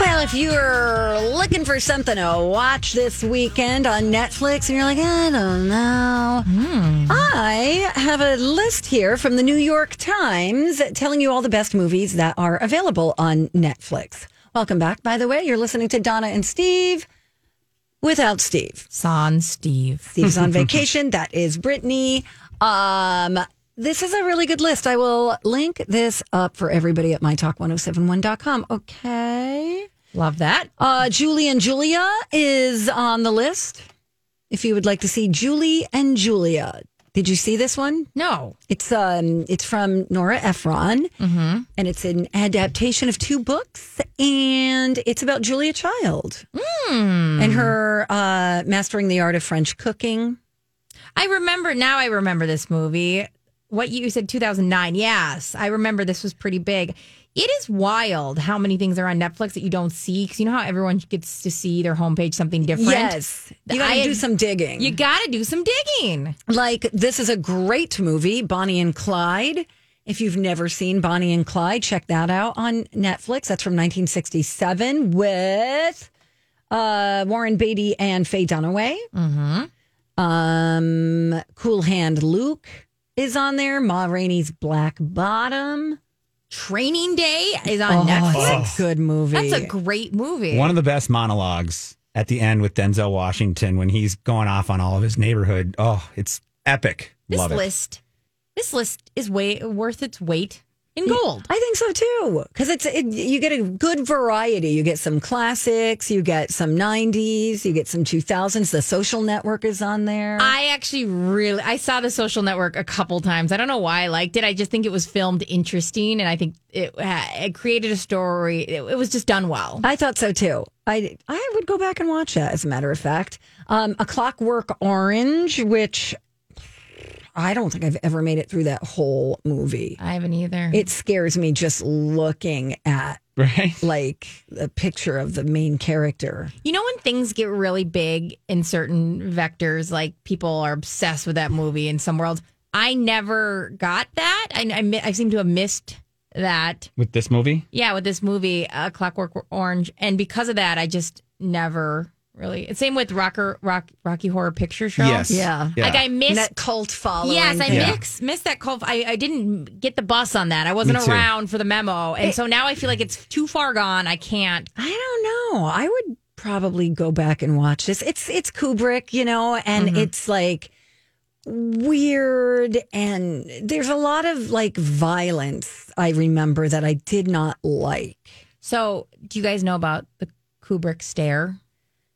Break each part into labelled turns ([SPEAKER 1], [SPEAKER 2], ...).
[SPEAKER 1] Well, if you're looking for something to watch this weekend on Netflix and you're like, I don't know, I have a list here from the New York Times telling you all the best movies that are available on Netflix. Welcome back, by the way. You're listening to Donna and Steve without Steve.
[SPEAKER 2] San Steve.
[SPEAKER 1] Steve's on vacation. That is Brittany. Um, this is a really good list. I will link this up for everybody at mytalk1071.com. Okay.
[SPEAKER 2] Love that.
[SPEAKER 1] Uh, Julie and Julia is on the list. If you would like to see Julie and Julia, did you see this one?
[SPEAKER 2] No.
[SPEAKER 1] It's um, it's from Nora Ephron,
[SPEAKER 2] Mm-hmm.
[SPEAKER 1] and it's an adaptation of two books, and it's about Julia Child
[SPEAKER 2] Hmm.
[SPEAKER 1] and her uh, mastering the art of French cooking.
[SPEAKER 2] I remember now I remember this movie. What you said 2009. Yes, I remember this was pretty big. It is wild how many things are on Netflix that you don't see cuz you know how everyone gets to see their homepage something different.
[SPEAKER 1] Yes, you got to
[SPEAKER 2] I-
[SPEAKER 1] do some digging.
[SPEAKER 2] You got to do some digging.
[SPEAKER 1] like this is a great movie, Bonnie and Clyde. If you've never seen Bonnie and Clyde, check that out on Netflix. That's from 1967 with uh, Warren Beatty and Faye Dunaway.
[SPEAKER 2] Mm-hmm.
[SPEAKER 1] Um, cool Hand Luke is on there. Ma Rainey's Black Bottom.
[SPEAKER 2] Training Day is on Netflix.
[SPEAKER 1] It's a good movie.
[SPEAKER 2] Oh, That's a great movie.
[SPEAKER 3] Oh, One of the best monologues at the end with Denzel Washington when he's going off on all of his neighborhood. Oh, it's epic.
[SPEAKER 2] this
[SPEAKER 3] Love it.
[SPEAKER 2] list This list is way worth its weight in gold.
[SPEAKER 1] I think so too, because it's it, you get a good variety. You get some classics, you get some '90s, you get some 2000s. The Social Network is on there.
[SPEAKER 2] I actually really I saw the social network a couple times. I don't know why I liked it. I just think it was filmed interesting and I think it ha- it created a story. It, it was just done well.
[SPEAKER 1] I thought so too. I I would go back and watch that. As a matter of fact, um, A Clockwork Orange, which I don't think I've ever made it through that whole movie.
[SPEAKER 2] I haven't either.
[SPEAKER 1] It scares me just looking at
[SPEAKER 3] Right?
[SPEAKER 1] like a picture of the main character.
[SPEAKER 2] you know when things get really big in certain vectors like people are obsessed with that movie in some worlds. I never got that. I I, mi- I seem to have missed that.
[SPEAKER 3] With this movie?
[SPEAKER 2] Yeah, with this movie, uh, Clockwork Orange, and because of that, I just never really. Same with Rocker Rock Rocky Horror Picture Show.
[SPEAKER 3] Yes.
[SPEAKER 1] Yeah.
[SPEAKER 2] like I
[SPEAKER 1] And
[SPEAKER 2] missed.
[SPEAKER 1] that cult following.
[SPEAKER 2] yes, I
[SPEAKER 1] thing.
[SPEAKER 3] Yeah.
[SPEAKER 2] mix, missed that call. I, I didn't get the bus on that. I wasn't
[SPEAKER 3] Me too.
[SPEAKER 2] around for the memo, and so now I feel like it's too far gone. I can't.
[SPEAKER 1] I don't know. I would probably go back and watch this. It's it's Kubrick, you know, and
[SPEAKER 2] Mm-hmm.
[SPEAKER 1] it's like weird and there's a lot of like violence I remember that I did not like.
[SPEAKER 2] So, do you guys know about the Kubrick stare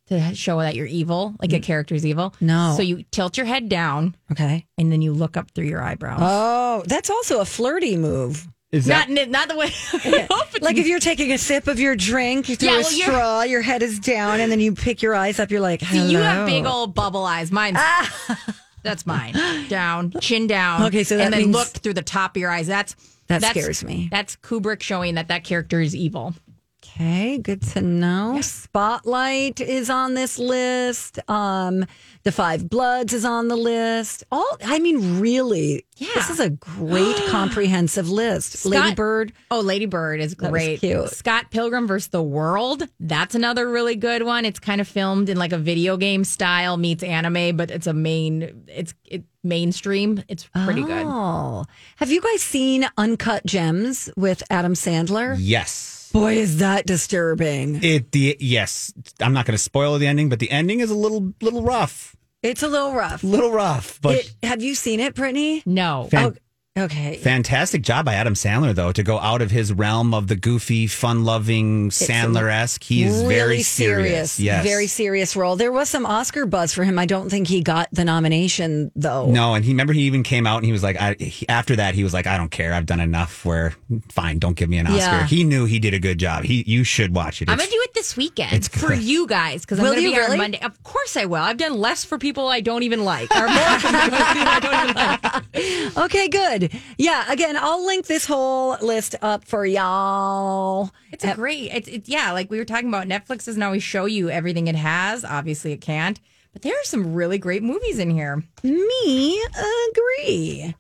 [SPEAKER 2] to show that you're evil, like a character's evil?
[SPEAKER 1] Mm. No.
[SPEAKER 2] So you tilt your head down,
[SPEAKER 1] Okay.
[SPEAKER 2] and then you look up through your eyebrows.
[SPEAKER 1] Oh, that's also a flirty move.
[SPEAKER 3] Is
[SPEAKER 2] not
[SPEAKER 3] that
[SPEAKER 2] in it- not the way. I hope it's
[SPEAKER 1] Like if you're taking a sip of your drink through
[SPEAKER 2] Yeah,
[SPEAKER 1] a
[SPEAKER 2] well, you're-
[SPEAKER 1] straw, your head is down, and then you pick your eyes up. You're like,
[SPEAKER 2] See, you
[SPEAKER 1] "Hello." Ah.
[SPEAKER 2] have big old bubble eyes. Mine's that's mine. Down, chin down.
[SPEAKER 1] Okay, so that
[SPEAKER 2] and then
[SPEAKER 1] means-
[SPEAKER 2] look through the top of your eyes. That's
[SPEAKER 1] That
[SPEAKER 2] that's-
[SPEAKER 1] scares me.
[SPEAKER 2] That's Kubrick showing that that character is evil.
[SPEAKER 1] Okay, good to know. Spotlight is on this list. Um, the Five Bloods is on the list. All I mean, really,
[SPEAKER 2] Yeah.
[SPEAKER 1] this is a great comprehensive list.
[SPEAKER 2] Scott-
[SPEAKER 1] Lady Bird,
[SPEAKER 2] Oh, Lady Bird is
[SPEAKER 1] was
[SPEAKER 2] great.
[SPEAKER 1] cute.
[SPEAKER 2] Scott Pilgrim versus the World. That's another really good one. It's kind of filmed in like a video game style meets anime, but it's a main. It's it mainstream. It's pretty good.
[SPEAKER 1] Oh, have you guys seen Uncut Gems with Adam Sandler?
[SPEAKER 3] yes.
[SPEAKER 1] Boy, is that disturbing!
[SPEAKER 3] It the yes. I'm not gonna spoil the ending, but the ending is a little little rough.
[SPEAKER 1] It's a little rough.
[SPEAKER 3] Little rough, but
[SPEAKER 1] It- have you seen it, Brittany? Oh,
[SPEAKER 2] No,
[SPEAKER 3] fan-
[SPEAKER 1] Okay.
[SPEAKER 3] Fantastic job by Adam Sandler, though, to go out of his realm of the goofy, fun loving, Sandler esque. He is very serious. Yes.
[SPEAKER 1] Very serious role. There was some Oscar buzz for him. I don't think he got the nomination though.
[SPEAKER 3] No, and he remember he even came out and he was like, I, he, after that he was like, I don't care, I've done enough. Where fine, don't give me an Oscar.
[SPEAKER 1] Yeah.
[SPEAKER 3] He knew he did a good job. He, you should watch it.
[SPEAKER 2] I'm
[SPEAKER 3] It's-
[SPEAKER 2] gonna do it this weekend for
[SPEAKER 3] good.
[SPEAKER 2] you guys because I'm
[SPEAKER 1] Will
[SPEAKER 2] gonna
[SPEAKER 1] you
[SPEAKER 2] be here on
[SPEAKER 1] really?
[SPEAKER 2] Monday. Of course I will. I've done less for people I don't even like, or more for people I don't even like.
[SPEAKER 1] Okay, good. Yeah, again, I'll link this whole list up for y'all.
[SPEAKER 2] It's a great. It's it, yeah, like we were talking about. Netflix doesn't always show you everything it has. Obviously, it can't. But there are some really great movies in here.
[SPEAKER 1] Me agree.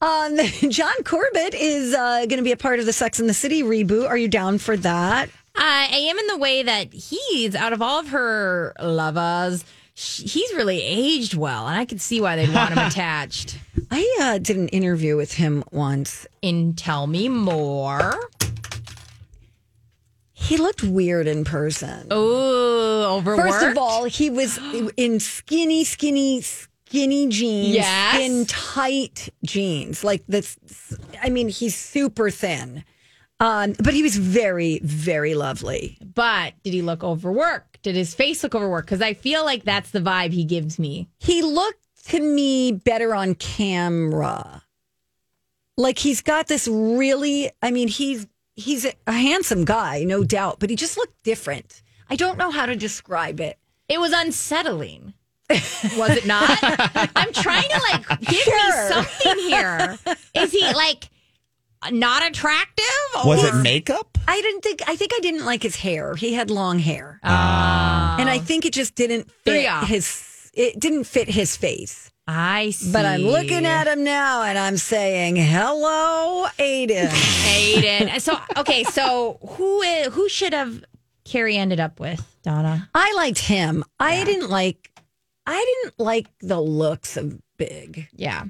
[SPEAKER 1] Um, John Corbett is uh, going to be a part of the Sex and the City reboot. Are you down for that?
[SPEAKER 2] Uh, I am in the way that he's out of all of her lovers, sh- he's really aged well, and I could see why they'd want him attached.
[SPEAKER 1] I uh, did an interview with him once.
[SPEAKER 2] In Tell Me More.
[SPEAKER 1] He looked weird in person.
[SPEAKER 2] Ooh, overworked.
[SPEAKER 1] First of all, he was in skinny, skinny, skinny jeans.
[SPEAKER 2] Yes.
[SPEAKER 1] In tight jeans. Like this, I mean, he's super thin. Um, but he was very, very lovely.
[SPEAKER 2] but did he look overworked? Did his face look overworked? Because I feel like that's the vibe he gives me.
[SPEAKER 1] He looked to me better on camera. Like he's got this really, I mean, he's, he's a handsome guy, no doubt, but he just looked different. I don't know how to describe it.
[SPEAKER 2] It was unsettling. Was it not? I'm trying to like give
[SPEAKER 1] Sure.
[SPEAKER 2] me something here. Is he like not attractive?
[SPEAKER 3] was it
[SPEAKER 2] or-
[SPEAKER 3] makeup?
[SPEAKER 1] I didn't think. I think I didn't like his hair. He had long hair,
[SPEAKER 2] Uh,
[SPEAKER 1] and I think it just didn't fit
[SPEAKER 2] Three off.
[SPEAKER 1] his. It didn't fit his face.
[SPEAKER 2] I see.
[SPEAKER 1] But I'm looking at him now, and I'm saying, "Hello, Aiden."
[SPEAKER 2] Aiden. So okay, so who is, who should have Carrie ended up with Donna?
[SPEAKER 1] I liked him. I didn't like. I didn't like the looks of Big.
[SPEAKER 2] Yeah.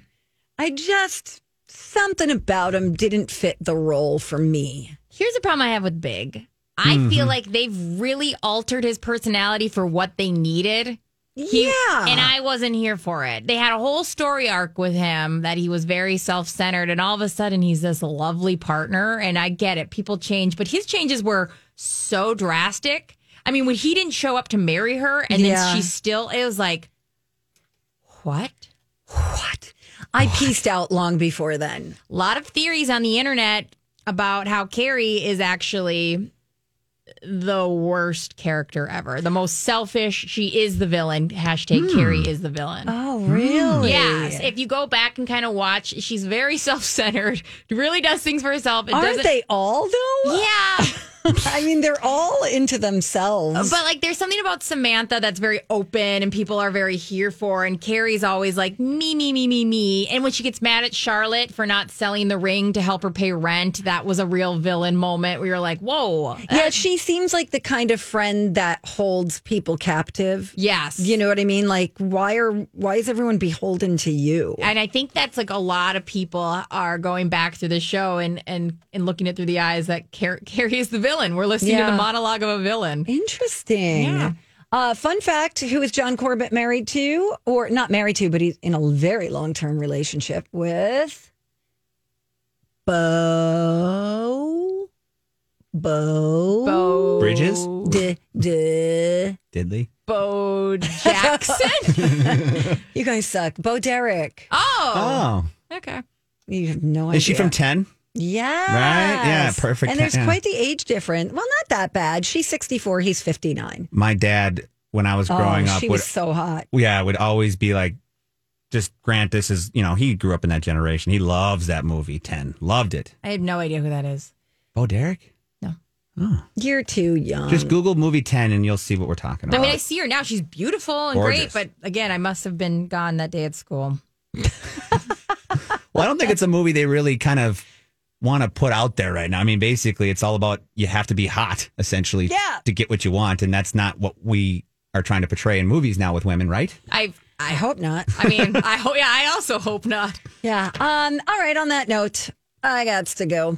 [SPEAKER 1] I just something about him didn't fit the role for me.
[SPEAKER 2] Here's the problem I have with Big. I feel like they've really altered his personality for what they needed. He-
[SPEAKER 1] yeah,
[SPEAKER 2] And I wasn't here for it. They had a whole story arc with him that he was very self centered, and all of a sudden he's this lovely partner. And I get it, people change, but his changes were so drastic. I mean, when he didn't show up to marry her and
[SPEAKER 1] Yeah.
[SPEAKER 2] then she still, it was like, what?
[SPEAKER 1] what? I pieced out long before then.
[SPEAKER 2] A lot of theories on the internet about how Carrie is actually the worst character ever, the most selfish. She is the villain. Hashtag Carrie is the villain.
[SPEAKER 1] Hmm. Oh, really?
[SPEAKER 2] Yes.
[SPEAKER 1] Hmm.
[SPEAKER 2] If you go back and kind of watch, she's very self centered, really does things for herself. and
[SPEAKER 1] Aren't
[SPEAKER 2] doesn't-
[SPEAKER 1] they all though?
[SPEAKER 2] Yeah.
[SPEAKER 1] I mean, they're all into themselves.
[SPEAKER 2] but like, there's something about Samantha that's very open and people are very here for. And Carrie's always like, me, me, me, me, me. And when she gets mad at Charlotte for not selling the ring to help her pay rent, that was a real villain moment where you're like, whoa.
[SPEAKER 1] yeah, she seems like the kind of friend that holds people captive.
[SPEAKER 2] Yes.
[SPEAKER 1] You know what I mean? Like, why are why is everyone beholden to you?
[SPEAKER 2] and I think that's like a lot of people are going back through the show and and and looking it through the eyes that Car- Carrie is the villain. We're listening
[SPEAKER 1] Yeah.
[SPEAKER 2] to the monologue of a villain.
[SPEAKER 1] Interesting. Uh, fun fact: Who is John Corbett married to, or not married to, but he's in a very long-term relationship with Bo Bo
[SPEAKER 2] Bo-
[SPEAKER 3] Bridges?
[SPEAKER 1] Duh, duh.
[SPEAKER 3] Diddley.
[SPEAKER 2] Bo Jackson.
[SPEAKER 1] You guys suck. Bo Derek. Ah.
[SPEAKER 2] oh,
[SPEAKER 3] Oh,
[SPEAKER 2] okay.
[SPEAKER 1] You have no idea.
[SPEAKER 3] is she from Ten?
[SPEAKER 1] Yeah.
[SPEAKER 3] Yeah, perfect.
[SPEAKER 1] And there's
[SPEAKER 3] Yeah.
[SPEAKER 1] quite the age difference. Well, not that bad. She's 64, he's 59.
[SPEAKER 3] My dad, when I was growing
[SPEAKER 1] oh,
[SPEAKER 3] up,
[SPEAKER 1] she
[SPEAKER 3] would
[SPEAKER 1] was so hot.
[SPEAKER 3] yeah, would always be like, just Grant. This is you know he grew up in that generation. He loves that movie Ten. Loved it.
[SPEAKER 2] I have no idea who that is.
[SPEAKER 3] Oh, Derek.
[SPEAKER 1] You're too young.
[SPEAKER 3] Just Google movie Ten and you'll see what we're talking
[SPEAKER 2] I
[SPEAKER 3] about.
[SPEAKER 2] mean, I see her now. She's beautiful and
[SPEAKER 3] Gorgeous.
[SPEAKER 2] great, but again, I must have been gone that day at school.
[SPEAKER 3] Well, I don't think it's a movie they really kind of want to put out there right now. I mean, basically, it's all about you have to be hot, essentially,
[SPEAKER 1] Yeah.
[SPEAKER 3] to get what you want. And that's not what we are trying to portray in movies now with women, right?
[SPEAKER 2] I,
[SPEAKER 1] I
[SPEAKER 2] I,
[SPEAKER 1] hope not.
[SPEAKER 2] I mean, I hope. Yeah, I also hope not.
[SPEAKER 1] yeah. Um. All right. On that note, I got to go.